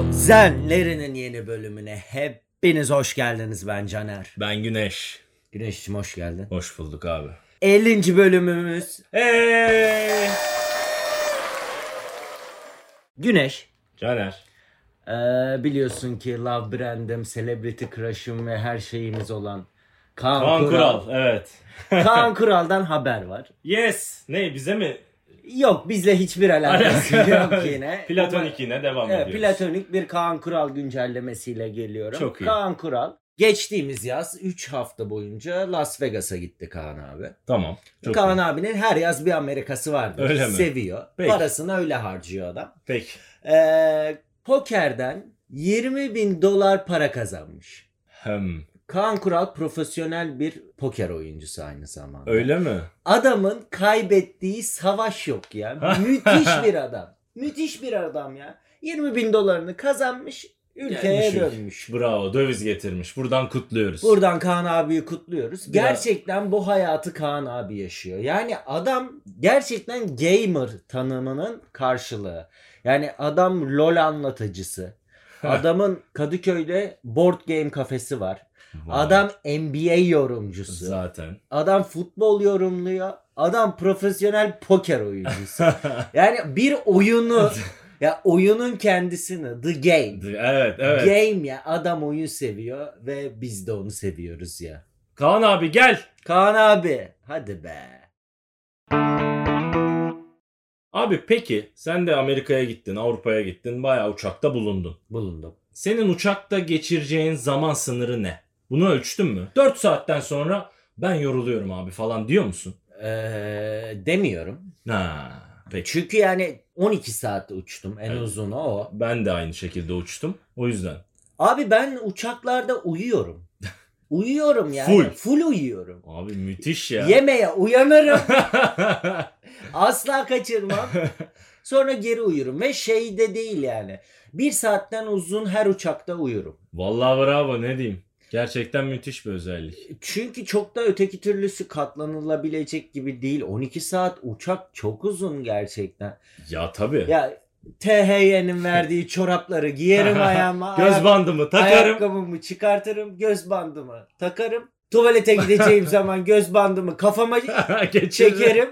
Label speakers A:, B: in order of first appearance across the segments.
A: Kuzenlerinin yeni bölümüne hepiniz hoş geldiniz ben Caner.
B: Ben Güneş.
A: Güneş'cim hoş geldin.
B: Hoş bulduk abi.
A: 50. bölümümüz.
B: Hey!
A: Güneş.
B: Caner.
A: Ee, biliyorsun ki Love Brand'im, Celebrity Crush'ım ve her şeyimiz olan Kaan,
B: Kaan
A: Kural.
B: Kural. Evet.
A: Kaan Kural'dan haber var.
B: Yes. Ne bize mi?
A: Yok bizle hiçbir alakası yok yine.
B: Platonik yine devam
A: Evet,
B: ediyoruz.
A: platonik bir Kaan Kural güncellemesiyle geliyorum.
B: Çok iyi.
A: Kaan Kural. Geçtiğimiz yaz 3 hafta boyunca Las Vegas'a gitti Kaan abi.
B: Tamam. Çok
A: Kaan
B: iyi.
A: abinin her yaz bir Amerikası vardır.
B: Öyle mi?
A: Seviyor.
B: Peki.
A: Parasını öyle harcıyor adam.
B: Peki.
A: Ee, pokerden 20 bin dolar para kazanmış.
B: Hem.
A: Kaan Kural profesyonel bir poker oyuncusu aynı zamanda.
B: Öyle mi?
A: Adamın kaybettiği savaş yok ya. Müthiş bir adam. Müthiş bir adam ya. 20 bin dolarını kazanmış ülkeye
B: Gelmiş ülke.
A: dönmüş.
B: Bravo. Döviz getirmiş. Buradan kutluyoruz.
A: Buradan Kaan abiyi kutluyoruz.
B: Biraz-
A: Gerçekten bu hayatı Kaan abi yaşıyor. Yani adam gerçekten gamer tanımının karşılığı. Yani adam LOL anlatıcısı. Adamın Kadıköy'de board game kafesi var.
B: Vay.
A: Adam NBA yorumcusu.
B: Zaten.
A: Adam futbol yorumluyor. Adam profesyonel poker oyuncusu. Yani bir oyunu ya oyunun kendisini the game.
B: evet evet.
A: Game ya adam oyun seviyor ve biz de onu seviyoruz ya.
B: Kaan abi gel.
A: Kaan abi hadi be.
B: Abi peki sen de Amerika'ya gittin, Avrupa'ya gittin. Bayağı uçakta bulundun.
A: Bulundum.
B: Senin uçakta geçireceğin zaman sınırı ne? Bunu ölçtün mü? 4 saatten sonra ben yoruluyorum abi falan diyor musun?
A: Ee, demiyorum.
B: Ha, peki.
A: Çünkü yani 12 saat uçtum en
B: Evet.
A: uzunu o.
B: Ben de aynı şekilde uçtum. O yüzden.
A: Abi ben uçaklarda uyuyorum. Uyuyorum yani.
B: Full.
A: uyuyorum.
B: Abi müthiş ya.
A: Yemeğe uyanırım. asla kaçırmam. Sonra geri uyurum ve şey de değil yani. Bir saatten uzun her uçakta uyurum.
B: Vallahi bravo ne diyeyim. Gerçekten müthiş bir özellik.
A: Çünkü çok da öteki türlüsü katlanılabilecek gibi değil. 12 saat uçak çok uzun gerçekten.
B: Ya tabii.
A: Ya THY'nin verdiği çorapları giyerim ayağıma.
B: Göz
A: ayak-
B: bandımı takarım.
A: Ayakkabımı çıkartırım. Göz bandımı takarım. Tuvalete gideceğim zaman göz bandımı kafama
B: Geçiririm.
A: çekerim.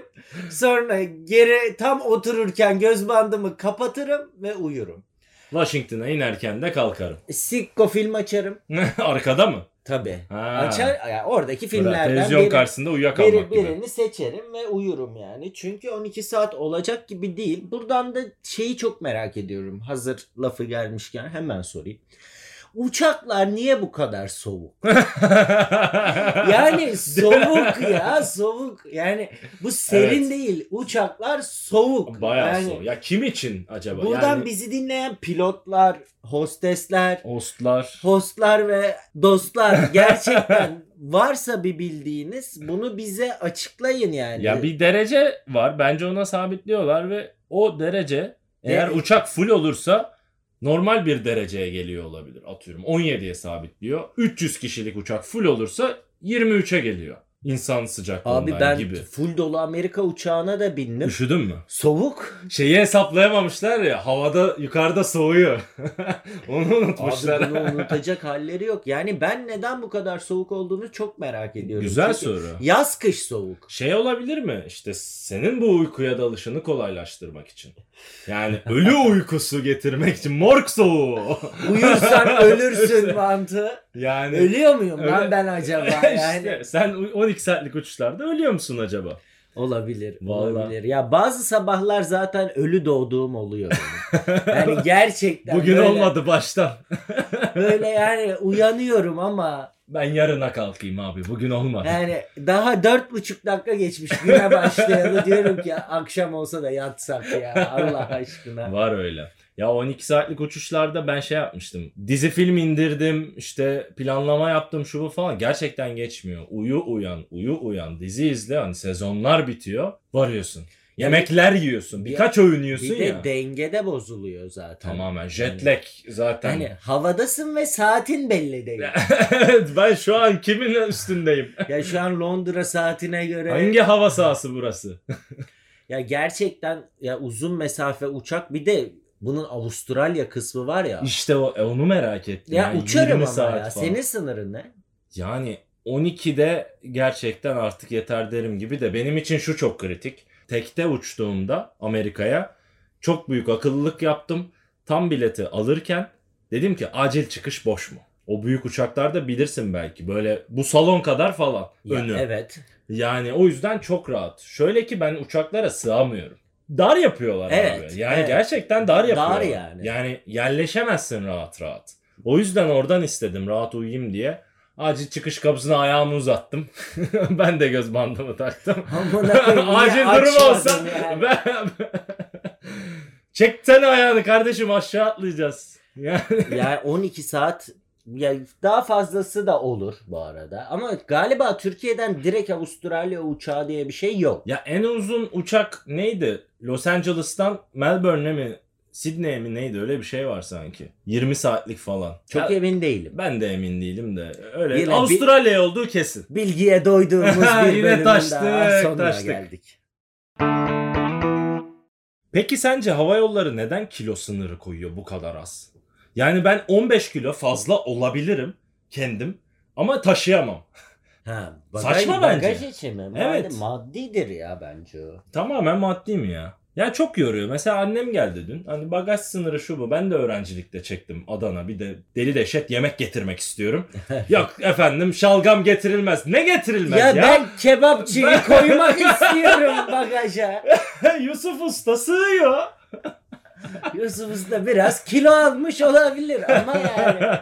A: Sonra geri tam otururken göz bandımı kapatırım ve uyurum.
B: Washington'a inerken de kalkarım.
A: Sikko film açarım.
B: Arkada mı?
A: Tabii.
B: Ha.
A: Açar yani oradaki
B: Böyle
A: filmlerden
B: Televizyon
A: biri,
B: karşısında uyuyakalmak
A: biri-
B: gibi.
A: birini seçerim ve uyurum yani. Çünkü 12 saat olacak gibi değil. Buradan da şeyi çok merak ediyorum. Hazır lafı gelmişken hemen sorayım. Uçaklar niye bu kadar soğuk? Yani soğuk ya soğuk. Yani bu serin
B: Evet.
A: değil. Uçaklar soğuk.
B: Bayağı
A: yani,
B: soğuk. Ya kim için acaba?
A: Buradan
B: yani,
A: bizi dinleyen pilotlar, hostesler,
B: Ostlar.
A: hostlar ve dostlar gerçekten varsa bir bildiğiniz bunu bize açıklayın yani.
B: Ya bir derece var. Bence ona sabitliyorlar ve o derece eğer uçak full olursa normal bir dereceye geliyor olabilir. Atıyorum 17'ye sabitliyor. 300 kişilik uçak full olursa 23'e geliyor. İnsan
A: Abi
B: sıcaklığından
A: ben
B: gibi.
A: full dolu Amerika uçağına da bindim.
B: Üşüdün mü?
A: Soğuk.
B: Şeyi hesaplayamamışlar ya havada yukarıda soğuyor. Onu unutmuşlar.
A: Abi bunu unutacak halleri yok. Yani ben neden bu kadar soğuk olduğunu çok merak ediyorum.
B: Güzel
A: Çünkü
B: soru.
A: Yaz kış soğuk.
B: Şey olabilir mi? İşte senin bu uykuya dalışını kolaylaştırmak için. Yani ölü uykusu getirmek için morg soğuğu.
A: Uyursan ölürsün mantığı.
B: Yani
A: Ölüyor muyum lan
B: Hani Öyle-
A: ben acaba yani?
B: işte sen u- 12 saatlik uçuşlarda ölüyor musun acaba?
A: Olabilir.
B: Vallahi.
A: Olabilir. Ya bazı sabahlar zaten ölü doğduğum oluyor. benim. yani gerçekten
B: Bugün
A: böyle,
B: olmadı baştan.
A: Böyle yani uyanıyorum ama
B: Ben yarına kalkayım abi. Bugün olmadı.
A: yani daha dört buçuk dakika geçmiş güne başlayalı diyorum ki akşam olsa da yatsak ya Allah aşkına.
B: Var öyle. Ya 12 saatlik uçuşlarda ben şey yapmıştım. Dizi film indirdim, işte planlama yaptım şu bu falan. Gerçekten geçmiyor. Uyu uyan, uyu uyan. Dizi izle hani sezonlar bitiyor. Varıyorsun. Yemekler yiyorsun. Birkaç öğün yiyorsun
A: Bir de
B: ya.
A: dengede bozuluyor zaten.
B: Tamamen jet lag zaten.
A: Hani havadasın ve saatin belli değil.
B: evet ben şu an kimin üstündeyim?
A: ya şu an Londra saatine göre
B: Hangi hava sahası burası?
A: Ya gerçekten ya uzun mesafe uçak bir de Bunun Avustralya kısmı var ya.
B: İşte o, e, onu merak ettim.
A: ya
B: Yani
A: uçarım
B: 20
A: ama
B: saat
A: ya.
B: falan.
A: Senin sınırın ne?
B: Yani 12'de gerçekten artık yeter derim gibi de benim için şu çok kritik. Tekte uçtuğumda Amerika'ya çok büyük akıllılık yaptım. Tam bileti alırken dedim ki acil çıkış boş mu? O büyük uçaklarda bilirsin belki böyle bu salon kadar falan
A: Ya,
B: önü.
A: evet.
B: Yani o yüzden çok rahat. Şöyle ki ben uçaklara sığamıyorum. Dar yapıyorlar
A: Evet,
B: abi. Yani
A: evet.
B: gerçekten dar
A: Dar
B: yapıyorlar.
A: yani.
B: Yani yerleşemezsin rahat rahat. O yüzden oradan istedim rahat uyuyayım diye. Acil çıkış kapısına ayağımı uzattım. ben de göz bandımı taktım.
A: Amına koyayım, niye
B: Acil durum
A: açmadın
B: olsa
A: yani?
B: ben... Çeksene ayağını kardeşim aşağı atlayacağız. Yani
A: yani 12 saat ya daha fazlası da olur bu arada. Ama galiba Türkiye'den direkt Avustralya uçağı diye bir şey yok.
B: Ya en uzun uçak neydi? Los Angeles'tan Melbourne'e mi? Sydney'e mi neydi? Öyle bir şey var sanki. 20 saatlik falan.
A: Çok
B: Ya,
A: emin değilim.
B: ben de emin değilim de. Öyle.
A: Yine bir-
B: Avustralya olduğu kesin.
A: Bilgiye doyduğumuz bir
B: Yine
A: bölümün
B: taştık,
A: daha sonuna
B: taştık.
A: geldik.
B: Peki sence hava yolları neden kilo sınırı koyuyor bu kadar az? Yani ben 15 kilo fazla olabilirim kendim ama taşıyamam.
A: Ha,
B: Saçma bence.
A: bagaj içi mi?
B: Evet.
A: Maddi- Maddidir ya bence o.
B: Tamamen maddi mi ya? Ya çok yoruyor. Mesela annem geldi dün. Hani bagaj sınırı şu bu. Ben de öğrencilikte çektim Adana. Bir de deli deşet yemek getirmek istiyorum. Yok efendim şalgam getirilmez. Ne getirilmez
A: Ya,
B: ya?
A: ben kebap çivi
B: Ben-
A: koymak istiyorum bagaja.
B: Yusuf Usta sığıyor.
A: Yusuf Usta biraz kilo almış olabilir ama yani.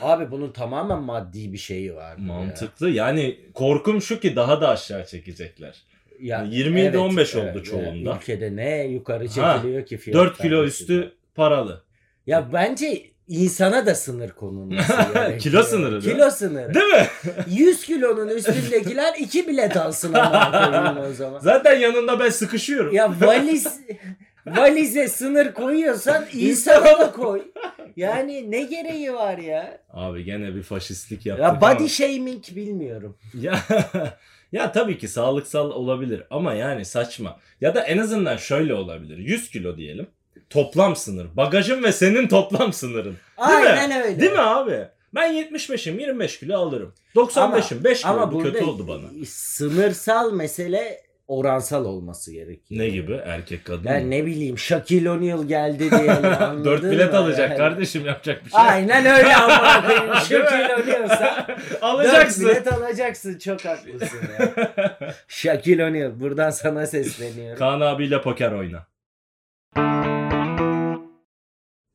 A: Abi bunun tamamen maddi bir şeyi var.
B: Mantıklı. Yani korkum şu ki daha da aşağı çekecekler.
A: Ya,
B: 27 15 oldu çoğunda.
A: Ülkede ne yukarı
B: Ha,
A: çekiliyor ki fiyat
B: 4 kilo
A: tanesi.
B: üstü paralı.
A: Ya bence insana da sınır konulması gerekiyor.
B: Kilo sınırı değil mi?
A: Kilo sınırı.
B: Değil mi?
A: 100 kilonun üstündekiler 2 bilet alsın ama koyun o zaman.
B: Zaten yanında ben sıkışıyorum.
A: Ya valiz valize sınır koyuyorsan insana da koy. Yani ne gereği var ya?
B: Abi gene bir faşistlik yaptık.
A: Ya
B: ama-
A: body shaming bilmiyorum.
B: Ya ya tabii ki sağlıksal olabilir ama yani saçma. Ya da en azından şöyle olabilir. 100 kilo diyelim. Toplam sınır. Bagajın ve senin toplam sınırın. Değil mi?
A: Aynen öyle.
B: Değil mi abi? Ben 75'im 25 kilo alırım. 95'im 5 kilo
A: Ama
B: bu
A: burada
B: kötü oldu bana.
A: sınırsal mesele oransal olması gerekiyor.
B: Ne gibi? Erkek kadın
A: Yani
B: mı?
A: ne bileyim Shaquille O'Neal geldi diye anladın
B: 4 bilet
A: mı?
B: alacak
A: Yani-
B: kardeşim yapacak bir şey. yok.
A: Aynen öyle ama koyayım.
B: Değil mi?
A: Shaquille O'Neal'sa
B: Alacaksın.
A: Dört bilet alacaksın çok haklısın ya. Shaquille O'Neal buradan sana sesleniyorum.
B: Kaan abiyle poker oyna.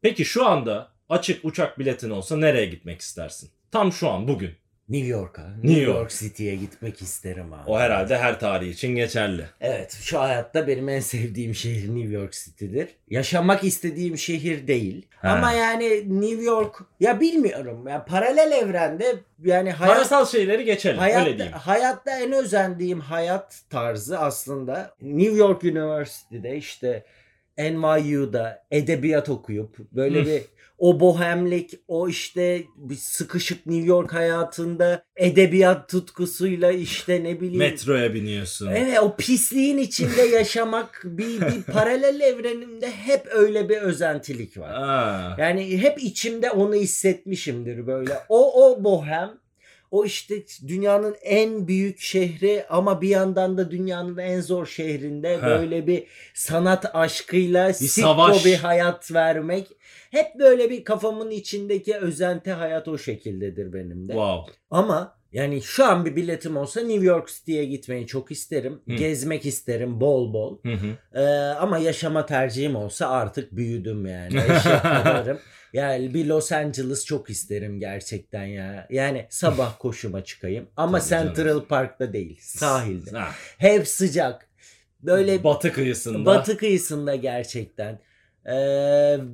B: Peki şu anda açık uçak biletin olsa nereye gitmek istersin? Tam şu an bugün.
A: New York'a. New,
B: York.
A: York. City'ye gitmek isterim abi.
B: O herhalde her tarih için geçerli.
A: Evet şu hayatta benim en sevdiğim şehir New York City'dir. Yaşamak istediğim şehir değil.
B: He.
A: Ama yani New York ya bilmiyorum ya paralel evrende yani hayat
B: Parasal şeyleri geçelim öyle diyeyim.
A: Hayatta, hayatta en özendiğim hayat tarzı aslında New York University'de işte NYU'da edebiyat okuyup böyle
B: Hı.
A: bir o bohemlik, o işte bir sıkışık New York hayatında edebiyat tutkusuyla işte ne bileyim.
B: Metroya biniyorsun.
A: Evet o pisliğin içinde yaşamak bir, bir paralel evrenimde hep öyle bir özentilik var.
B: Aa,
A: Yani hep içimde onu hissetmişimdir böyle. O o bohem. O işte dünyanın en büyük şehri ama bir yandan da dünyanın en zor şehrinde
B: Heh.
A: böyle bir sanat aşkıyla sikko
B: savaş.
A: bir hayat vermek. Hep böyle bir kafamın içindeki özenti hayat o şekildedir benim de.
B: wow.
A: Ama yani şu an bir biletim olsa New York City'ye gitmeyi çok isterim.
B: Hı.
A: Gezmek isterim bol bol.
B: Hı hı.
A: Ee, ama yaşama tercihim olsa artık büyüdüm yani. Eş yaparım. Yani bir Los Angeles çok isterim gerçekten ya. Yani sabah koşuma çıkayım. Ama
B: Tabii canım.
A: Central Park'ta değil. Sahilde.
B: Ha,
A: Hep sıcak. Böyle
B: batı kıyısında.
A: batı kıyısında gerçekten. Ee,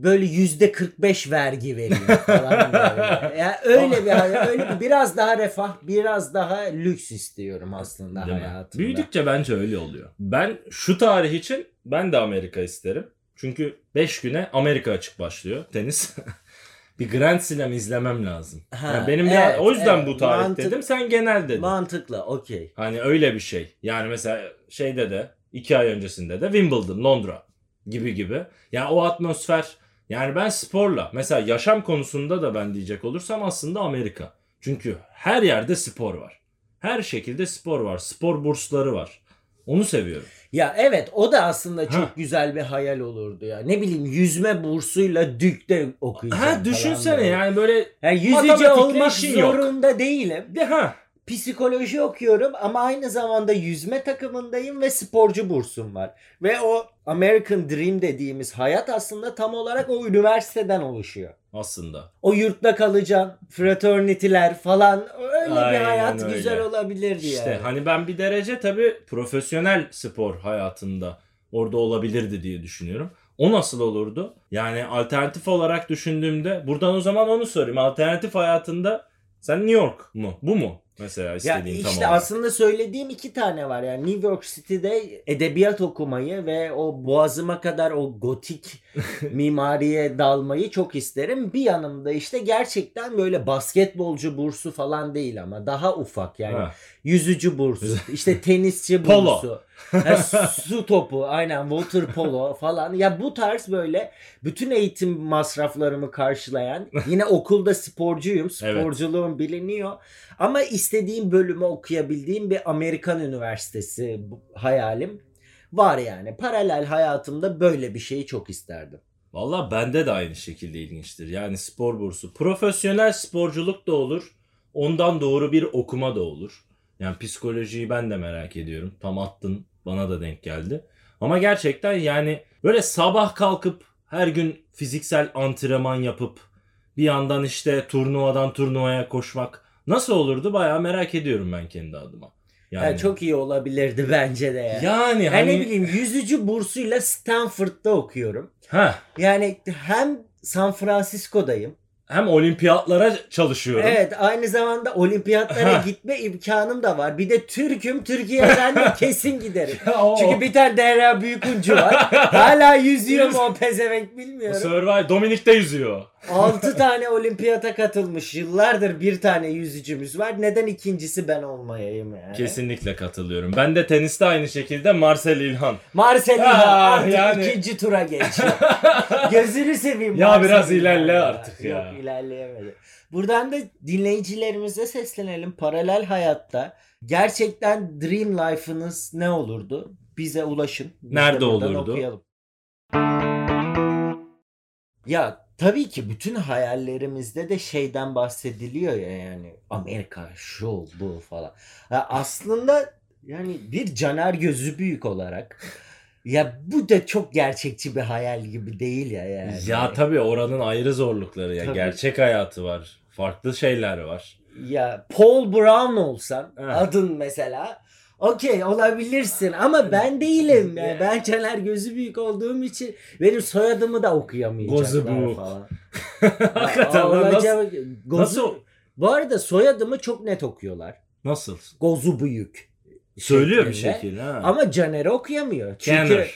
A: böyle yüzde 45 vergi veriyor falan böyle. Yani öyle bir hayat- öyle bir, biraz daha refah, biraz daha lüks istiyorum aslında
B: Değil mi?
A: hayatımda.
B: Büyüdükçe bence öyle oluyor. Ben şu tarih için ben de Amerika isterim. Çünkü 5 güne Amerika açık başlıyor tenis. bir Grand Slam izlemem lazım.
A: Ha,
B: Yani benim bir-
A: evet,
B: o yüzden
A: evet.
B: bu tarih
A: Mantık-
B: dedim. Sen genel dedin.
A: Mantıklı, okey.
B: Hani öyle bir şey. Yani mesela şeyde de 2 ay öncesinde de Wimbledon, Londra. gibi gibi. Yani o atmosfer yani ben sporla mesela yaşam konusunda da ben diyecek olursam aslında Amerika. Çünkü her yerde spor var. Her şekilde spor var. Spor bursları var. Onu seviyorum.
A: Ya evet o da aslında çok
B: Ha.
A: güzel bir hayal olurdu ya. Ne bileyim yüzme bursuyla dükte okuyacağım.
B: Ha düşünsene
A: falan böyle.
B: yani böyle
A: Yani yüzücü
B: Matematikle
A: olmak
B: işin yok.
A: zorunda değilim.
B: de ha
A: Psikoloji okuyorum ama aynı zamanda yüzme takımındayım ve sporcu bursum var. Ve o American Dream dediğimiz hayat aslında tam olarak o üniversiteden oluşuyor.
B: aslında.
A: O yurtta kalacaksın, fraternity'ler falan öyle bir
B: Aynen
A: hayat
B: öyle.
A: güzel olabilirdi yani.
B: İşte hani ben bir derece tabii profesyonel spor hayatında orada olabilirdi diye düşünüyorum. O nasıl olurdu? Yani alternatif olarak düşündüğümde buradan o zaman onu sorayım. Alternatif hayatında sen New York mu? Bu mu? Mesela
A: Ya
B: istediğin
A: işte
B: tam olarak.
A: aslında söylediğim iki tane var. Yani New York City'de edebiyat okumayı ve o boğazıma kadar o gotik mimariye dalmayı çok isterim. Bir yanımda işte gerçekten böyle basketbolcu bursu falan değil ama daha ufak yani.
B: Ha.
A: Yüzücü bursu, işte tenisçi bursu.
B: Polo.
A: Ha, su topu aynen water polo falan. Ya bu tarz böyle bütün eğitim masraflarımı karşılayan yine okulda sporcuyum.
B: Evet.
A: Sporculuğum biliniyor. Ama istediğim bölümü okuyabildiğim bir Amerikan üniversitesi bu- hayalim var yani. Paralel hayatımda böyle bir şeyi çok isterdim.
B: Valla bende de aynı şekilde ilginçtir. Yani spor bursu. Profesyonel sporculuk da olur. Ondan doğru bir okuma da olur. Yani psikolojiyi ben de merak ediyorum. Tam attın bana da denk geldi. Ama gerçekten yani böyle sabah kalkıp her gün fiziksel antrenman yapıp bir yandan işte turnuvadan turnuvaya koşmak nasıl olurdu bayağı merak ediyorum ben kendi adıma.
A: Yani, çok iyi olabilirdi bence de ya. Yani.
B: yani
A: Ben ne
B: hani
A: bileyim yüzücü bursuyla Stanford'da okuyorum.
B: Heh,
A: Yani hem San Francisco'dayım.
B: hem olimpiyatlara çalışıyorum.
A: Evet aynı zamanda olimpiyatlara
B: Ha.
A: gitme imkanım da var. Bir de Türk'üm Türkiye'den de kesin giderim.
B: O-
A: Çünkü bir tane Derya Büyükuncu var. Hala yüzüyor mu o pezevenk bilmiyorum.
B: Survivor Dominik'te yüzüyor.
A: 6 tane olimpiyata katılmış. Yıllardır bir tane yüzücümüz var. Neden ikincisi ben olmayayım yani?
B: Kesinlikle katılıyorum. Ben de teniste aynı şekilde Marcel İlhan.
A: Marcelino
B: Ah,
A: artık
B: yani.
A: ikinci tura geçiyor. Gözünü seveyim.
B: Ya
A: Marcelino
B: biraz ilerle artık ya.
A: Yok ilerleyemedi. Buradan da dinleyicilerimize seslenelim. Paralel hayatta gerçekten dream life'ınız ne olurdu? Bize ulaşın. Biz de
B: Nerede
A: buradan
B: olurdu?
A: okuyalım. Ya tabii ki bütün hayallerimizde de şeyden bahsediliyor ya yani Amerika şu bu falan. Ya aslında yani bir caner gözü büyük olarak ya bu da çok gerçekçi bir hayal gibi değil ya yani.
B: Ya tabii oranın ayrı zorlukları ya.
A: Tabii.
B: Gerçek hayatı var. Farklı şeyler var.
A: Ya Paul Brown olsan
B: Evet.
A: adın mesela okey olabilirsin ama ben değilim yani
B: Ya.
A: ben Caner gözü büyük olduğum için benim soyadımı da okuyamayacaklar
B: Gözü büyük.
A: falan.
B: Hakikaten lan
A: Olacak-
B: nasıl?
A: Gozu-
B: Nasıl?
A: Bu arada soyadımı çok net okuyorlar.
B: Nasıl?
A: Gozu büyük.
B: Söylüyor bir
A: şeklinde.
B: şekil ha.
A: Ama Caner'i okuyamıyor. Çünkü
B: Kenner.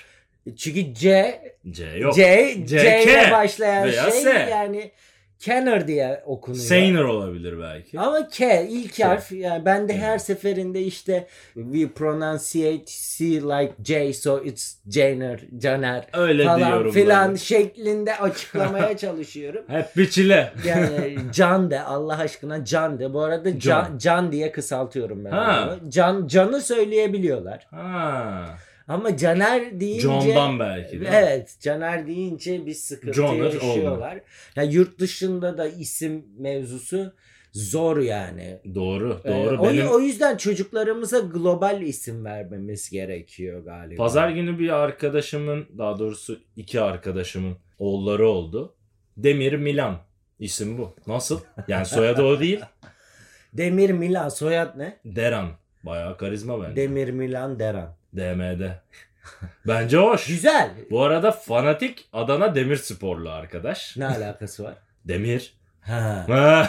A: çünkü C
B: C yok.
A: C
B: CK
A: C ile başlayan
B: veya
A: şey
B: S.
A: yani Kenner diye okunuyor.
B: Saner olabilir belki.
A: Ama K ilk
B: K.
A: harf yani ben de her
B: Evet.
A: seferinde işte we pronunciate C like J so it's Janer, Caner
B: Öyle
A: falan
B: diyorum.
A: filan
B: ben.
A: şeklinde açıklamaya çalışıyorum.
B: Hep bir çile.
A: Yani Can de Allah aşkına Can de. Bu arada Can,
B: Can.
A: can diye kısaltıyorum ben.
B: Ha.
A: onu. Can Can'ı söyleyebiliyorlar.
B: Ha.
A: Ama Caner deyince
B: John'dan belki. değil mi?
A: Evet, Caner deyince bir sıkıntı
B: Caner
A: yaşıyorlar. Yani yurt dışında da isim mevzusu zor yani.
B: Doğru.
A: Ee,
B: Doğru.
A: o,
B: Benim
A: o yüzden çocuklarımıza global isim vermemiz gerekiyor galiba.
B: Pazar günü bir arkadaşımın daha doğrusu iki arkadaşımın oğulları oldu. Demir Milan isim bu. Nasıl? Yani soyadı o değil.
A: Demir Milan soyad ne?
B: Deran. Bayağı karizma bence.
A: Demir Milan Deran.
B: DM'de. Bence hoş.
A: Güzel.
B: Bu arada fanatik Adana Demirsporlu arkadaş.
A: Ne alakası var?
B: Demir.
A: Ha.
B: Ha.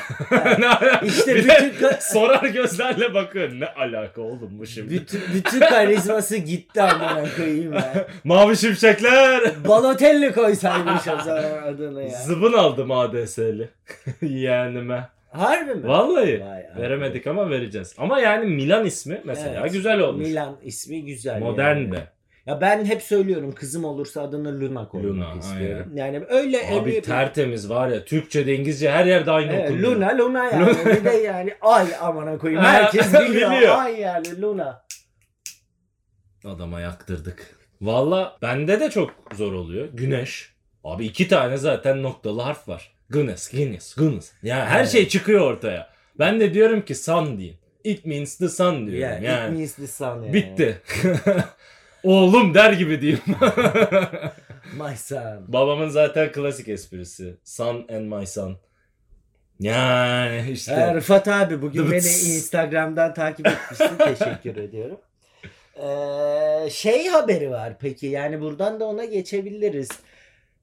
B: Ne alaka?
A: İşte
B: Bir de
A: bütün ka-
B: sorar gözlerle bakıyor. Ne alaka oğlum bu şimdi?
A: bütün, bütün karizması gitti amına koyayım ya.
B: Mavi şimşekler.
A: Balotelli koysaymış o zaman adını ya.
B: Zıbın aldım ADS'li. Yeğenime.
A: Harbi mi?
B: Vallahi.
A: Vay abi.
B: Veremedik ama vereceğiz. Ama yani Milan ismi mesela
A: Evet.
B: güzel olmuş.
A: Milan ismi güzel.
B: Modern
A: yani.
B: de.
A: Ya ben hep söylüyorum kızım olursa adını Luna koymak
B: Luna,
A: istiyorum. Yani öyle
B: Abi
A: öyle bir-
B: tertemiz var ya. Türkçe'de İngilizce her yerde aynı
A: Evet,
B: okunuyor.
A: Luna Luna yani
B: Luna.
A: bir de yani ay amına koyayım
B: Ha,
A: herkes biliyor.
B: biliyor.
A: Ay yani Luna.
B: Adama yaktırdık. Valla bende de çok zor oluyor. Güneş. Abi iki tane zaten noktalı harf var. Guinness, Guinness, Guinness. Yani her
A: Evet.
B: şey çıkıyor ortaya. Ben de diyorum ki sun deyin. It means the sun diyorum.
A: Yeah,
B: yani.
A: it means the sun yani.
B: Bitti. Oğlum der gibi diyeyim.
A: My son.
B: Babamın zaten klasik esprisi. Son and my son. Yani işte.
A: Ee, Rıfat abi bugün
B: Dıvıts.
A: beni Instagram'dan takip etmişsin. Teşekkür ediyorum. Ee, şey haberi var peki yani buradan da ona geçebiliriz.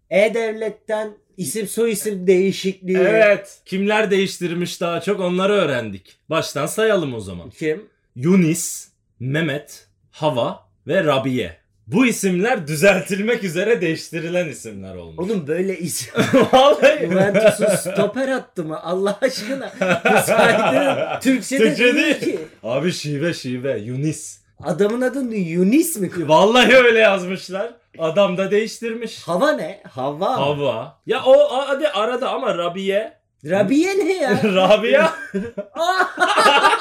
A: E-Devlet'ten isim soyisim değişikliği.
B: Evet. Kimler değiştirmiş daha çok onları öğrendik. Baştan sayalım o zaman.
A: Kim?
B: Yunis, Mehmet, Hava ve Rabiye. Bu isimler düzeltilmek üzere değiştirilen isimler olmuş.
A: Oğlum böyle isim.
B: Vallahi.
A: Juventus'un stoper attı mı? Allah aşkına. Bu saydı Türkçe'de
B: Türkçe
A: değil
B: değil.
A: ki.
B: Abi şive şive Yunis.
A: Adamın adını Yunis mi?
B: Vallahi öyle yazmışlar. Adam da değiştirmiş.
A: Hava ne? Hava. mı?
B: Hava. Ya o a- hadi arada ama Rabiye.
A: Rabiye ne ya?
B: Rabia.
A: Aa,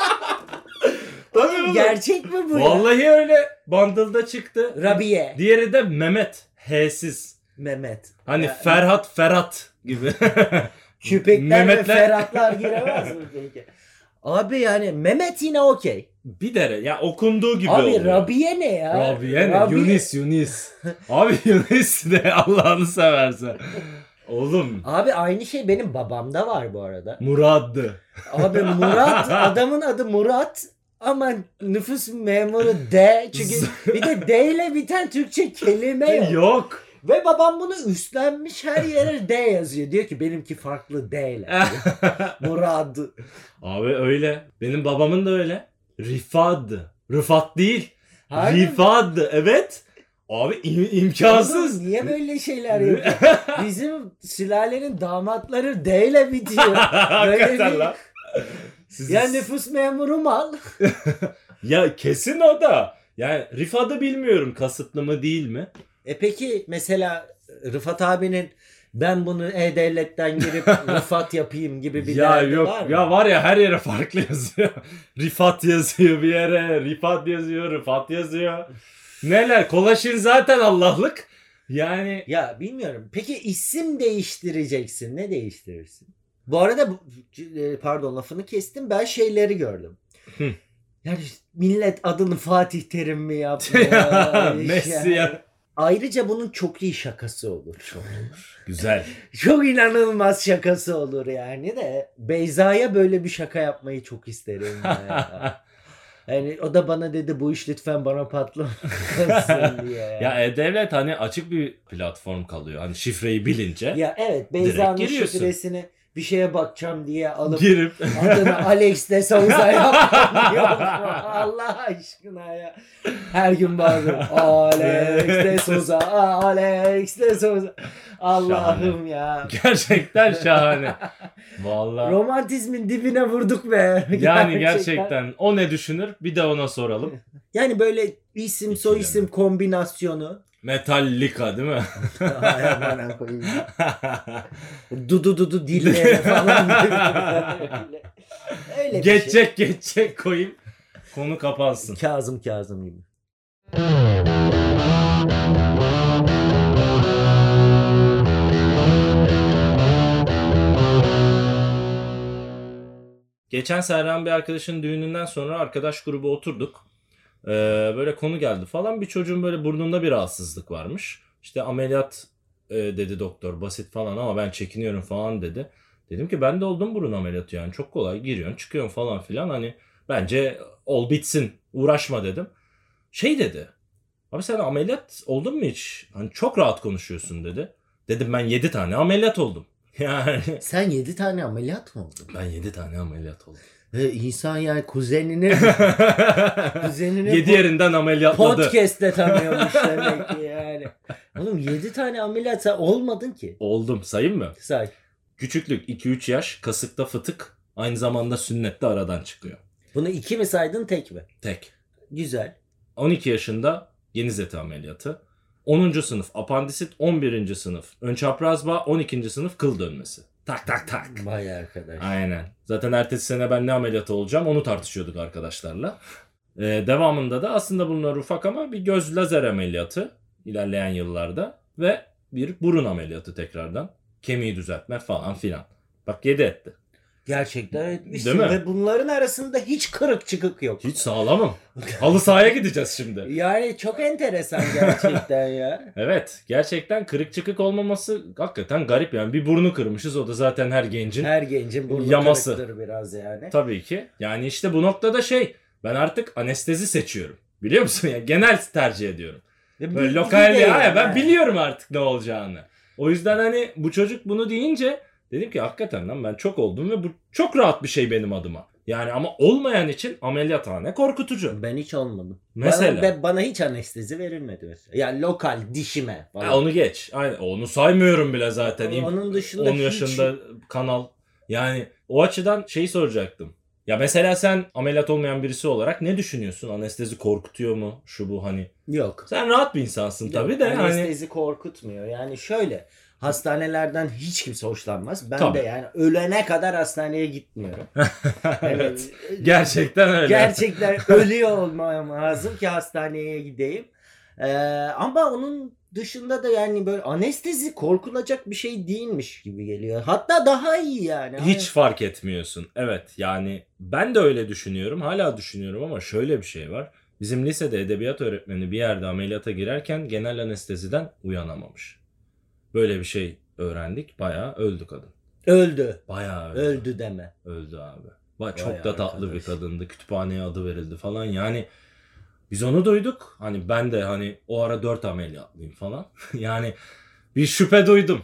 B: Tabii oğlum.
A: Gerçek mi bu ya?
B: Vallahi öyle. Bundle'da çıktı.
A: Rabiye.
B: Diğeri de Mehmet. H'siz.
A: Mehmet.
B: Hani
A: Ya-
B: Ferhat Ferhat gibi.
A: Küpekler ve
B: Mehmetler-
A: Ferhatlar giremez mi peki? Abi yani Mehmet yine okey.
B: Bir dere ya okunduğu gibi
A: Abi
B: oluyor.
A: Rabiye ne ya?
B: Rabiye ne? Yunis Yunis. Abi Yunis de Allah'ını seversen. Oğlum
A: Abi aynı şey benim babamda var bu arada.
B: Murad'dı.
A: Abi Murat adamın adı Murat ama nüfus memuru D. Çünkü bir de D ile biten Türkçe kelime yok.
B: Yok.
A: Ve babam bunu üstlenmiş her yere D yazıyor. Diyor ki benimki farklı D ile. Murat.
B: Abi öyle. Benim babamın da öyle. Rifad'dı. Rıfat değil.
A: Harbi mi?
B: Rifad'dı. Evet. Abi im- imkansız.
A: Oğlum Niye böyle şeyler yapıyor? Bizim sülalenin damatları D ile bitiyor. Böyle
B: Hakikaten
A: bir-
B: lan. Siz-
A: Ya nüfus memuru mal.
B: Ya kesin o da. Yani Rifad'ı bilmiyorum kasıtlı mı değil mi?
A: E peki mesela Rıfat abinin ben bunu E-Devlet'ten girip Rıfat yapayım gibi bir
B: ya
A: derdi
B: yok
A: var mı?
B: ya var ya her yere farklı yazıyor. Rifat yazıyor bir yere, Rifat yazıyor, Rıfat yazıyor. Neler? Kolaşin zaten Allah'lık. Yani
A: Ya bilmiyorum. Peki isim değiştireceksin. Ne değiştirirsin? Bu arada bu, e, pardon lafını kestim. Ben şeyleri gördüm.
B: Hı.
A: Yani millet adını Fatih Terim mi yaptı?
B: Messi ya.
A: Ayrıca bunun çok iyi şakası olur.
B: Güzel.
A: Çok inanılmaz şakası olur yani de. Beyza'ya böyle bir şaka yapmayı çok isterim. ya. yani o da bana dedi bu iş lütfen bana patlamasın diye.
B: ya E-Devlet hani açık bir platform kalıyor. Hani şifreyi bilince
A: Ya evet
B: Direkt
A: Beyza'nın
B: giriyorsun.
A: şifresini bir şeye bakacağım diye alıp
B: girip
A: adını Alex de Souza yapmak yok mu? Allah aşkına ya. Her gün bağırıyorum. Alex de Souza, Alex de Souza. Allah'ım ya.
B: gerçekten şahane. Vallahi.
A: Romantizmin dibine vurduk be.
B: Yani gerçekten o ne düşünür bir de ona soralım.
A: Yani böyle isim soy isim kombinasyonu.
B: Metallica değil mi?
A: Ay, aman koyayım. Dudu dudu dille falan. Öyle. Öyle bir şey.
B: geçecek geçecek koyayım. Konu kapansın.
A: Kazım Kazım gibi.
B: Geçen Serhan bir arkadaşın düğününden sonra arkadaş grubu oturduk. Ee, böyle konu geldi falan. Bir çocuğun böyle burnunda bir rahatsızlık varmış. İşte ameliyat e, dedi doktor basit falan ama ben çekiniyorum falan dedi. Dedim ki ben de oldum burun ameliyatı yani çok kolay giriyorsun çıkıyorsun falan filan hani bence ol bitsin uğraşma dedim. Şey dedi abi sen ameliyat oldun mu hiç? Hani çok rahat konuşuyorsun dedi. Dedim ben 7 tane ameliyat oldum. Yani
A: Sen 7 tane ameliyat mı oldun?
B: ben 7 tane ameliyat oldum.
A: Ve insan yani kuzenini kuzenini
B: Yedi
A: po-
B: yerinden ameliyatladı.
A: podcast'te tanıyormuş demek ki yani. Oğlum 7 tane ameliyat sen olmadın ki.
B: Oldum sayayım mı?
A: Say.
B: Küçüklük 2-3 yaş kasıkta fıtık aynı zamanda sünnette aradan çıkıyor.
A: Bunu iki mi saydın tek mi?
B: Tek.
A: Güzel.
B: 12 yaşında Genizleti ameliyatı. 10. sınıf apandisit, 11. sınıf ön çapraz bağ, 12. sınıf kıl dönmesi. Tak tak tak.
A: Vay arkadaş.
B: Aynen. Zaten ertesi sene ben ne ameliyatı olacağım onu tartışıyorduk arkadaşlarla. Ee, devamında da aslında bunlar ufak ama bir göz lazer ameliyatı ilerleyen yıllarda ve bir burun ameliyatı tekrardan. Kemiği düzeltme falan filan. Bak 7 etti.
A: Gerçekten etmişsin
B: Değil mi?
A: ve bunların arasında hiç kırık çıkık yok.
B: Hiç sağlamım. Halı sahaya gideceğiz şimdi.
A: Yani çok enteresan gerçekten ya.
B: Evet gerçekten kırık çıkık olmaması hakikaten garip yani bir burnu kırmışız o da zaten her gencin
A: Her gencin burnu
B: Yaması.
A: kırıktır biraz yani.
B: tabii ki. Yani işte bu noktada şey ben artık anestezi seçiyorum biliyor musun ya genel tercih ediyorum.
A: Ve
B: Böyle
A: bir-
B: lokal
A: bir de
B: ya ya ben
A: yani.
B: biliyorum artık ne olacağını. O yüzden hani bu çocuk bunu deyince dedim ki hakikaten lan ben çok oldum ve bu çok rahat bir şey benim adıma. Yani ama olmayan için ameliyathane korkutucu.
A: Ben hiç olmadım.
B: Mesela.
A: Bana, ben- bana hiç anestezi verilmedi mesela. Yani lokal dişime falan.
B: Ha, onu geç. Aynen. Onu saymıyorum bile zaten. İm-
A: Onun dışında
B: 10
A: hiç-
B: yaşında kanal. Yani o açıdan şey soracaktım. Ya mesela sen ameliyat olmayan birisi olarak ne düşünüyorsun? Anestezi korkutuyor mu? Şu bu hani.
A: Yok.
B: Sen rahat bir insansın tabii de hani.
A: Anestezi korkutmuyor. Yani şöyle hastanelerden hiç kimse hoşlanmaz. Ben
B: Tabii.
A: de yani ölene kadar hastaneye gitmiyorum.
B: evet.
A: Yani,
B: Gerçekten öyle.
A: Gerçekten ölüyor olmam lazım ki hastaneye gideyim. Ee, ama onun dışında da yani böyle anestezi korkulacak bir şey değilmiş gibi geliyor. Hatta daha iyi yani.
B: Hiç fark etmiyorsun. Evet yani ben de öyle düşünüyorum. Hala düşünüyorum ama şöyle bir şey var. Bizim lisede edebiyat öğretmeni bir yerde ameliyata girerken genel anesteziden uyanamamış. Böyle bir şey öğrendik. Bayağı öldü kadın.
A: Hani, Öldü.
B: Bayağı öldü.
A: Öldü deme.
B: Öldü abi. Bak çok
A: Vay
B: da tatlı
A: arkadaş.
B: bir kadındı. Kütüphaneye adı verildi falan. Yani biz onu duyduk. Hani ben de hani o ara dört ameliyatlıyım falan. yani bir şüphe duydum.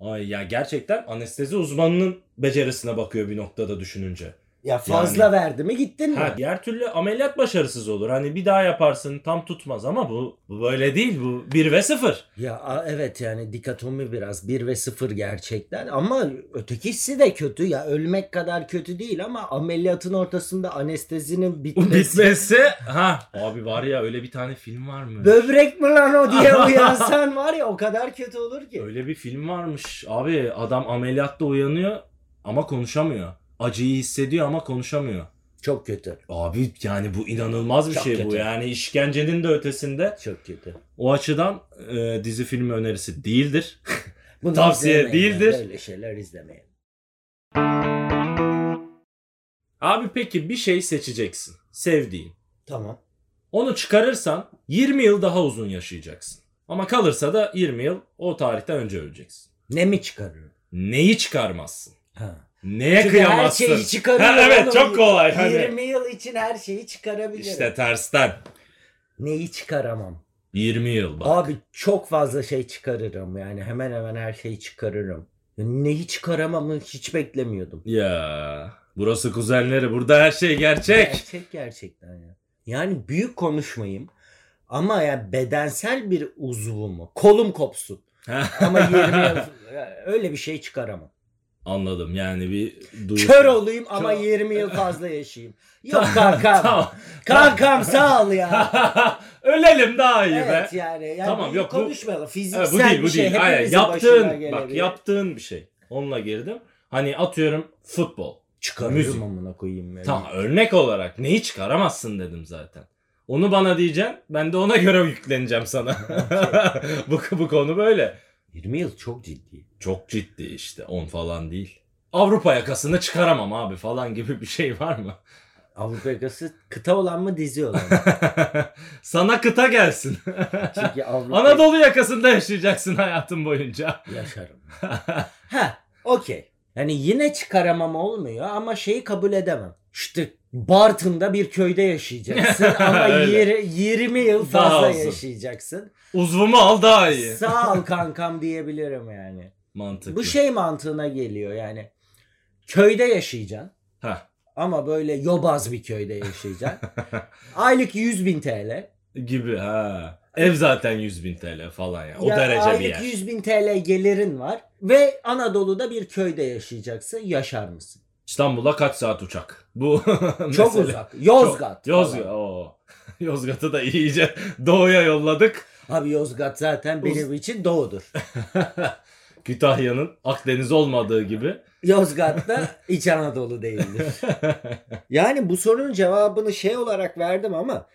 B: Ay ya gerçekten anestezi uzmanının becerisine bakıyor bir noktada düşününce.
A: Ya fazla
B: Yani-
A: verdi mi gittin mi?
B: Ha, diğer türlü ameliyat başarısız olur. Hani bir daha yaparsın tam tutmaz ama bu, bu böyle değil. Bu 1 ve 0.
A: Ya a- evet yani dikatomi biraz 1 ve 0 gerçekten ama ötekisi de kötü ya ölmek kadar kötü değil ama ameliyatın ortasında anestezinin bitmesi.
B: Bitmesi. ha abi var ya öyle bir tane film var mı?
A: Böbrek mi lan o diye uyansan var ya o kadar kötü olur ki.
B: Öyle bir film varmış. Abi adam ameliyatta uyanıyor ama konuşamıyor. Acıyı hissediyor ama konuşamıyor.
A: Çok kötü.
B: Abi yani bu inanılmaz bir
A: Çok
B: şey bu.
A: kötü.
B: Yani işkencenin de ötesinde.
A: Çok kötü.
B: O açıdan e, dizi filmi önerisi değildir.
A: Bunu
B: Tavsiye
A: izlemeyin yani,
B: değildir.
A: Böyle şeyler izlemeyin.
B: Abi peki bir şey seçeceksin. Sevdiğin.
A: Tamam.
B: Onu çıkarırsan 20 yıl daha uzun yaşayacaksın. Ama kalırsa da 20 yıl o tarihten önce öleceksin.
A: Ne mi çıkarıyor?
B: Neyi çıkarmazsın?
A: Ha.
B: Neye
A: Çünkü her şey
B: kıyamazsın?
A: şeyi çıkarıyor.
B: Ha, evet,
A: oğlum.
B: çok kolay, hani.
A: 20 yıl için her şeyi çıkarabilirim.
B: İşte tersten.
A: Neyi çıkaramam?
B: 20 yıl bak.
A: Abi çok fazla şey çıkarırım yani hemen hemen her şeyi çıkarırım. Neyi çıkaramamı hiç beklemiyordum.
B: Ya burası kuzenleri burada her şey gerçek.
A: Gerçek gerçekten ya. Yani büyük konuşmayayım ama ya bedensel bir uzvumu kolum kopsun ama 20 yıl ya öyle bir şey çıkaramam.
B: Anladım yani bir duygu.
A: Kör olayım ama
B: Kör-
A: 20 yıl fazla yaşayayım. Yok kankam.
B: Tamam.
A: kankam sağ ol ya.
B: Ölelim daha iyi
A: Evet
B: be.
A: yani. yani
B: Tamam,
A: tamam
B: yok,
A: yok
B: bu-
A: konuşmayalım. Fiziksel
B: Evet, bu değil bu
A: bir şey
B: değil. Aynen,
A: hepimizin başına
B: yaptığın bak
A: gelebilir.
B: yaptığın bir şey. Onunla girdim. Hani atıyorum futbol. müzik.
A: Çıkarırım amına koyayım. ya.
B: Tamam örnek olarak neyi çıkaramazsın dedim zaten. Onu bana diyeceksin. Ben de ona göre yükleneceğim sana. bu, bu konu böyle.
A: 20 yıl çok ciddi.
B: Çok ciddi işte 10 falan değil. Avrupa yakasını çıkaramam abi falan gibi bir şey var mı?
A: Avrupa yakası kıta olan mı dizi olan mı?
B: Sana kıta gelsin.
A: Çünkü Avrupa
B: Anadolu yakasında yaşayacaksın hayatın boyunca.
A: yaşarım. ha, okey. Yani yine çıkaramam olmuyor ama şeyi kabul edemem. İşte Bartın'da bir köyde yaşayacaksın ama
B: Öyle.
A: yir- 20 yıl
B: Daha
A: fazla
B: uzun.
A: yaşayacaksın.
B: Uzvumu al daha iyi.
A: Sağ ol kankam diyebilirim yani.
B: Mantıklı.
A: Bu şey mantığına geliyor yani. Köyde yaşayacaksın
B: Hah.
A: ama böyle yobaz bir köyde yaşayacaksın. Aylık 100 bin TL.
B: gibi ha. Ev zaten 100 bin TL falan ya. O
A: Ya
B: derece
A: aylık
B: bir yer.
A: 100 bin TL gelirin var ve Anadolu'da bir köyde yaşayacaksın. Yaşar mısın?
B: İstanbul'a kaç saat uçak? Bu
A: Çok
B: mesele.
A: uzak. Yozgat.
B: Çok- Yozgat.
A: falan.
B: Oo. Yozgat'ı da iyice doğuya yolladık.
A: Abi Yozgat zaten benim için doğudur.
B: Kütahya'nın Akdeniz olmadığı gibi.
A: Yozgat da İç Anadolu değildir. Yani bu sorunun cevabını şey olarak verdim ama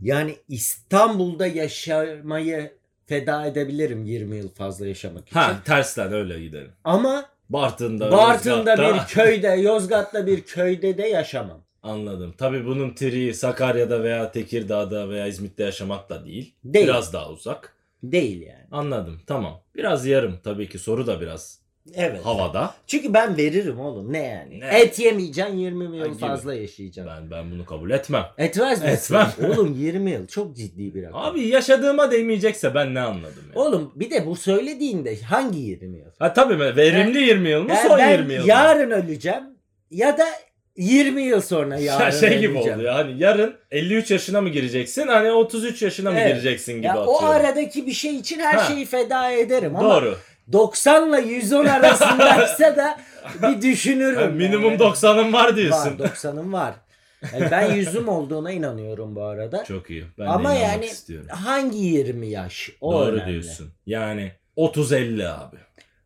A: yani İstanbul'da yaşamayı feda edebilirim 20 yıl fazla yaşamak için.
B: ha tersten öyle gidelim.
A: Ama
B: Bartın'da,
A: Bartın'da
B: Yozgat'ta-
A: bir köyde, Yozgat'ta bir köyde de yaşamam.
B: Anladım. Tabii bunun tri Sakarya'da veya Tekirdağ'da veya İzmit'te yaşamak da değil.
A: Değil.
B: Biraz daha uzak.
A: Değil yani.
B: Anladım. Tamam. Biraz yarım tabii ki soru da biraz
A: Evet.
B: havada.
A: Çünkü ben veririm oğlum ne yani.
B: Ne?
A: Et yemeyeceksin 20 yıl
B: Ay gibi.
A: fazla yaşayacaksın.
B: Ben ben bunu kabul etmem.
A: Etmez misin?
B: Etmem.
A: Oğlum 20 yıl çok ciddi bir rakam.
B: Abi yaşadığıma değmeyecekse ben ne anladım yani?
A: Oğlum bir de bu söylediğinde hangi 20 yıl?
B: Ha tabii mi? verimli 20 yıl mı
A: Ben-
B: son
A: ben
B: 20 yıl mı?
A: yarın öleceğim ya da 20 yıl sonra yarın
B: Ya şey gibi
A: öleceğim.
B: oldu ya hani yarın 53 yaşına mı gireceksin hani 33 yaşına mı
A: Evet.
B: gireceksin gibi
A: Ya o
B: atıyorum.
A: aradaki bir şey için her
B: Ha.
A: şeyi feda ederim ama
B: Doğru.
A: 90 ile 110 arasındaysa da bir düşünürüm.
B: Ha, minimum
A: yani.
B: 90'ın var diyorsun.
A: Var 90'ım var. Yani ben yüzüm olduğuna inanıyorum bu arada.
B: Çok iyi. Ben
A: Ama
B: de inanmak
A: yani-
B: istiyorum.
A: Hangi 20 yaş? O
B: Doğru
A: önemli.
B: diyorsun. Yani 30-50 abi.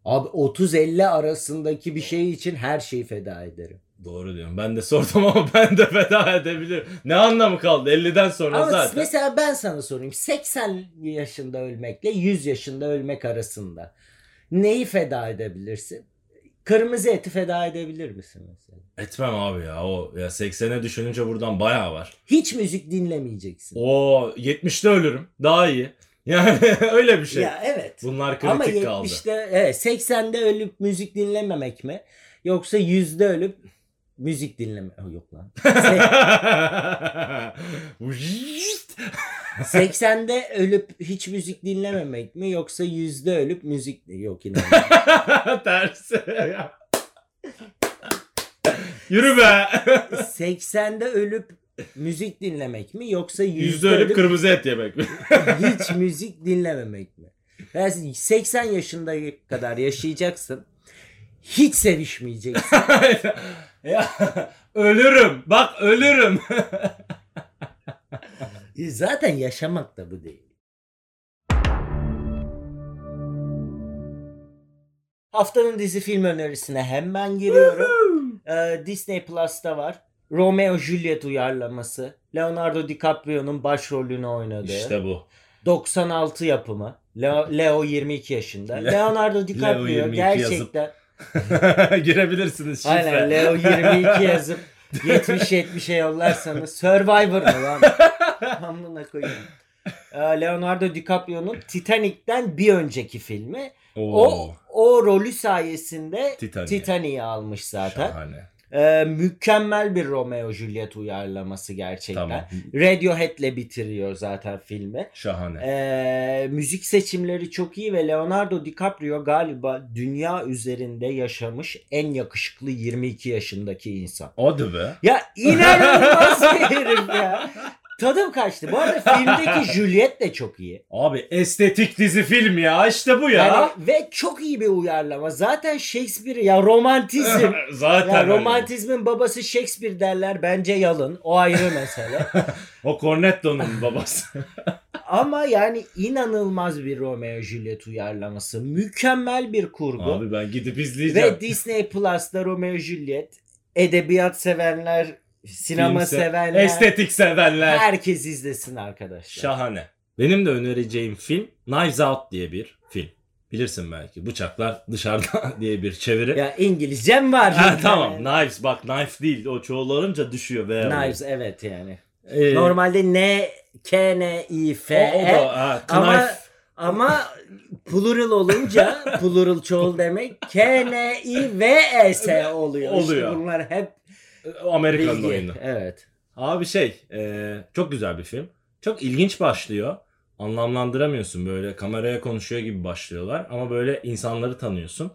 A: Abi 30-50 arasındaki bir şey için her şeyi feda ederim.
B: Doğru diyorum. Ben de sordum ama ben de feda edebilirim. Ne anlamı kaldı 50'den sonra
A: Ama
B: zaten.
A: mesela ben sana sorayım. 80 yaşında ölmekle 100 yaşında ölmek arasında neyi feda edebilirsin? Kırmızı eti feda edebilir misin mesela?
B: Etmem abi ya. O ya 80'e düşününce buradan bayağı var.
A: Hiç müzik dinlemeyeceksin.
B: O 70'te ölürüm. Daha iyi. Yani öyle bir şey.
A: Ya evet.
B: Bunlar kritik
A: Ama
B: kaldı.
A: 70'te evet, 80'de ölüp müzik dinlememek mi? Yoksa 100'de ölüp müzik dinleme Ha, yok lan. Se- 80'de ölüp hiç müzik dinlememek mi yoksa 100'de ölüp müzik yok yine.
B: Tersi. Yürü be.
A: 80'de ölüp müzik dinlemek mi yoksa
B: Yüzde
A: yüzde
B: ölüp kırmızı et yemek mi?
A: hiç müzik dinlememek mi? Yani 80 yaşında kadar yaşayacaksın. Hiç sevişmeyeceksin.
B: ya, ölürüm. Bak ölürüm.
A: Zaten yaşamak da bu değil. Haftanın dizi film önerisine hemen giriyorum. Ee, Disney Plus'ta var. Romeo Juliet uyarlaması. Leonardo DiCaprio'nun başrolünü oynadığı.
B: işte bu.
A: 96 yapımı. Leo, Leo 22 yaşında.
B: Le-
A: Leonardo
B: Leo
A: DiCaprio
B: 22
A: gerçekten
B: Girebilirsiniz şifre.
A: aynen Leo 22 yazıp 70 70'e yollarsanız Survivor mı lan? Amına koyayım. Ee, Leonardo DiCaprio'nun Titanic'ten bir önceki filmi.
B: Oo.
A: O o rolü sayesinde
B: Titanic.
A: Titanic'i almış zaten.
B: Şahane.
A: Ee, mükemmel bir Romeo Juliet uyarlaması gerçekten.
B: Tamam.
A: Radiohead'le bitiriyor zaten filmi.
B: Şahane.
A: Ee, müzik seçimleri çok iyi ve Leonardo DiCaprio galiba dünya üzerinde yaşamış en yakışıklı 22 yaşındaki insan.
B: Hadi be.
A: Ya inanılmaz bir herif ya. Tadım kaçtı. Bu arada filmdeki Juliet de çok iyi.
B: Abi estetik dizi film ya. İşte bu ya.
A: Yani, ve çok iyi bir uyarlama. Zaten Shakespeare ya romantizm.
B: Zaten
A: Ya
B: öyle.
A: romantizmin babası Shakespeare derler. Bence yalın. O ayrı mesele.
B: O Cornetto'nun babası.
A: Ama yani inanılmaz bir Romeo Juliet uyarlaması. Mükemmel bir kurgu.
B: Abi ben gidip izleyeceğim.
A: Ve Disney Plus'ta Romeo Juliet. Edebiyat sevenler, sinema
B: Film se-
A: sevenler.
B: Estetik sevenler.
A: Herkes izlesin arkadaşlar.
B: Şahane. Benim de önereceğim film Knives Out diye bir film. Bilirsin belki. Bıçaklar dışarıda diye bir çeviri.
A: ya İngilizcem var.
B: ha,
A: Yani.
B: tamam. Knives bak knife değil. O çoğullarınca düşüyor. Veya
A: Knives evet yani.
B: Ee,
A: Normalde N, K, N, I,
B: o,
A: F,
B: o
A: E.
B: da ha, knife.
A: Ama ama plural olunca plural çoğul demek K, N, I, V, E, S oluyor.
B: Oluyor.
A: İşte bunlar hep
B: Amerikan
A: bilgi.
B: oyunu.
A: Evet.
B: Abi şey e, çok güzel bir film. Çok ilginç başlıyor. Anlamlandıramıyorsun böyle kameraya konuşuyor gibi başlıyorlar ama böyle insanları tanıyorsun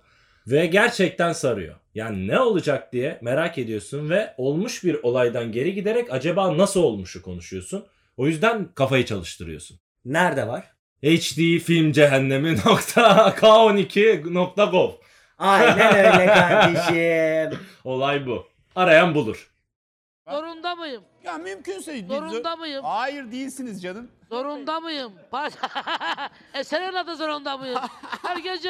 B: ve gerçekten sarıyor. Yani ne olacak diye merak ediyorsun ve olmuş bir olaydan geri giderek acaba nasıl olmuşu konuşuyorsun. O yüzden kafayı çalıştırıyorsun.
A: Nerede var?
B: HD film cehennemi nokta K12 nokta gov.
A: Aynen öyle kardeşim.
B: Olay bu. Arayan bulur.
C: Zorunda mıyım?
D: Ya mümkünse...
C: Zorunda mıyım?
D: Hayır değilsiniz canım.
C: Zorunda mıyım? Pa- Eserin adı zorunda mıyım? Her gece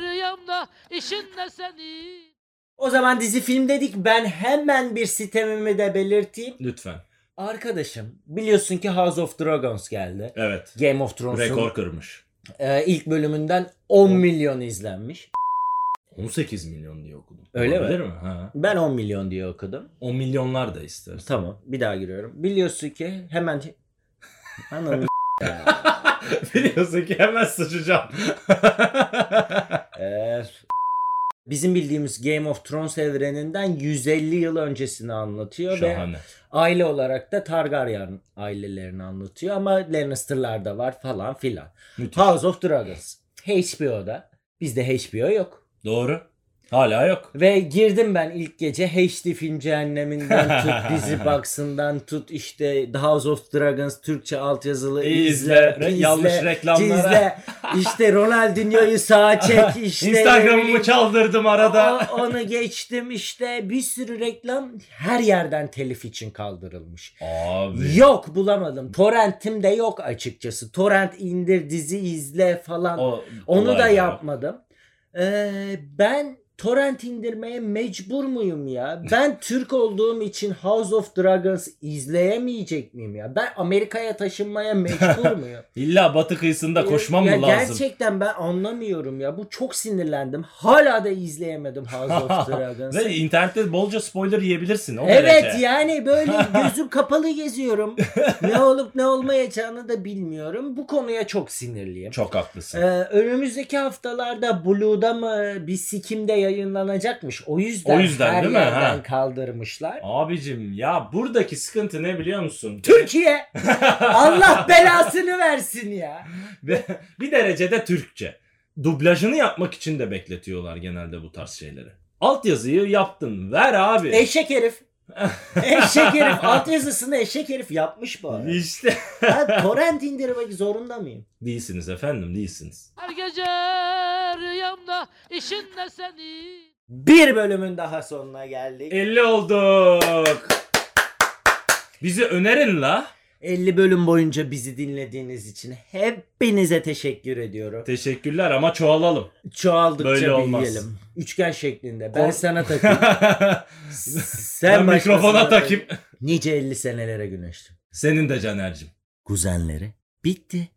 C: rüyamda işin ne senin?
A: O zaman dizi film dedik. Ben hemen bir sistemimi de belirteyim.
B: Lütfen.
A: Arkadaşım biliyorsun ki House of Dragons geldi.
B: Evet.
A: Game of Thrones'un
B: Rekor kırmış.
A: e, ilk bölümünden 10 milyon izlenmiş.
B: 18 milyon diye okudum.
A: Öyle mi?
B: Olabilir mi? Ha.
A: Ben 10 milyon diye okudum.
B: 10 milyonlar da ister.
A: Tamam bir daha giriyorum. Biliyorsun ki hemen... Anladım.
B: Biliyorsun ki hemen sıçacağım.
A: Ee, bizim bildiğimiz Game of Thrones evreninden 150 yıl öncesini anlatıyor ve
B: Şahane.
A: aile olarak da Targaryen ailelerini anlatıyor ama Lannister'lar da var falan filan.
B: Müthiş.
A: House of Dragons. HBO'da. Bizde HBO yok.
B: Doğru. Hala yok.
A: Ve girdim ben ilk gece HD film cehenneminden tut dizi box'ından tut işte The House of Dragons Türkçe altyazılı
B: İzle,
A: izle,
B: re- yanlış reklamlara.
A: izle. işte Ronaldinho'yu sağa çek işte
B: Instagram'ımı çaldırdım arada.
A: O- onu geçtim işte bir sürü reklam her yerden telif için kaldırılmış.
B: Abi.
A: Yok bulamadım. Torrentim de yok açıkçası. Torrent indir dizi izle falan.
B: O
A: Onu
B: olay
A: da
B: ya.
A: yapmadım. Ee, ben torrent indirmeye mecbur muyum ya? Ben Türk olduğum için House of Dragons izleyemeyecek miyim ya? Ben Amerika'ya taşınmaya mecbur muyum?
B: İlla batı kıyısında Ee, koşmam
A: ya
B: mı lazım?
A: Gerçekten ben anlamıyorum ya. Bu çok sinirlendim. Hala da izleyemedim House of Dragons'ı.
B: Ve internette bolca spoiler yiyebilirsin. O
A: Evet
B: derece.
A: yani böyle gözüm kapalı geziyorum. ne olup ne olmayacağını da bilmiyorum. Bu konuya çok sinirliyim.
B: Çok haklısın.
A: Ee, önümüzdeki haftalarda Blue'da mı bir sikimde yayınlanacakmış. O yüzden,
B: O yüzden
A: her
B: değil mi?
A: yerden
B: Ha.
A: kaldırmışlar.
B: Abicim ya buradaki sıkıntı ne biliyor musun?
A: Türkiye Allah belasını versin ya.
B: Ve bir derecede Türkçe. Dublajını yapmak için de bekletiyorlar genelde bu tarz şeyleri. Altyazıyı yaptın. Ver abi.
A: Eşek herif. Eşek herif. Alt yazısını eşek herif yapmış bu arada.
B: İşte.
A: Ben torrent indirmek zorunda mıyım?
B: değilsiniz efendim değilsiniz.
C: Her gece rüyamda işin ne senin?
A: Bir bölümün daha sonuna geldik.
B: 50 olduk. Bizi önerin la.
A: 50 bölüm boyunca bizi dinlediğiniz için hepinize teşekkür ediyorum.
B: Teşekkürler ama çoğalalım.
A: Çoğaldıkça
B: Böyle olmaz.
A: büyüyelim. Üçgen şeklinde. Ben
B: Kor-
A: sana takayım. Sen
B: ben
A: başkasına
B: mikrofona
A: tak.
B: takayım.
A: Nice 50 senelere güneştim.
B: Senin de Caner'cim.
A: Kuzenleri bitti.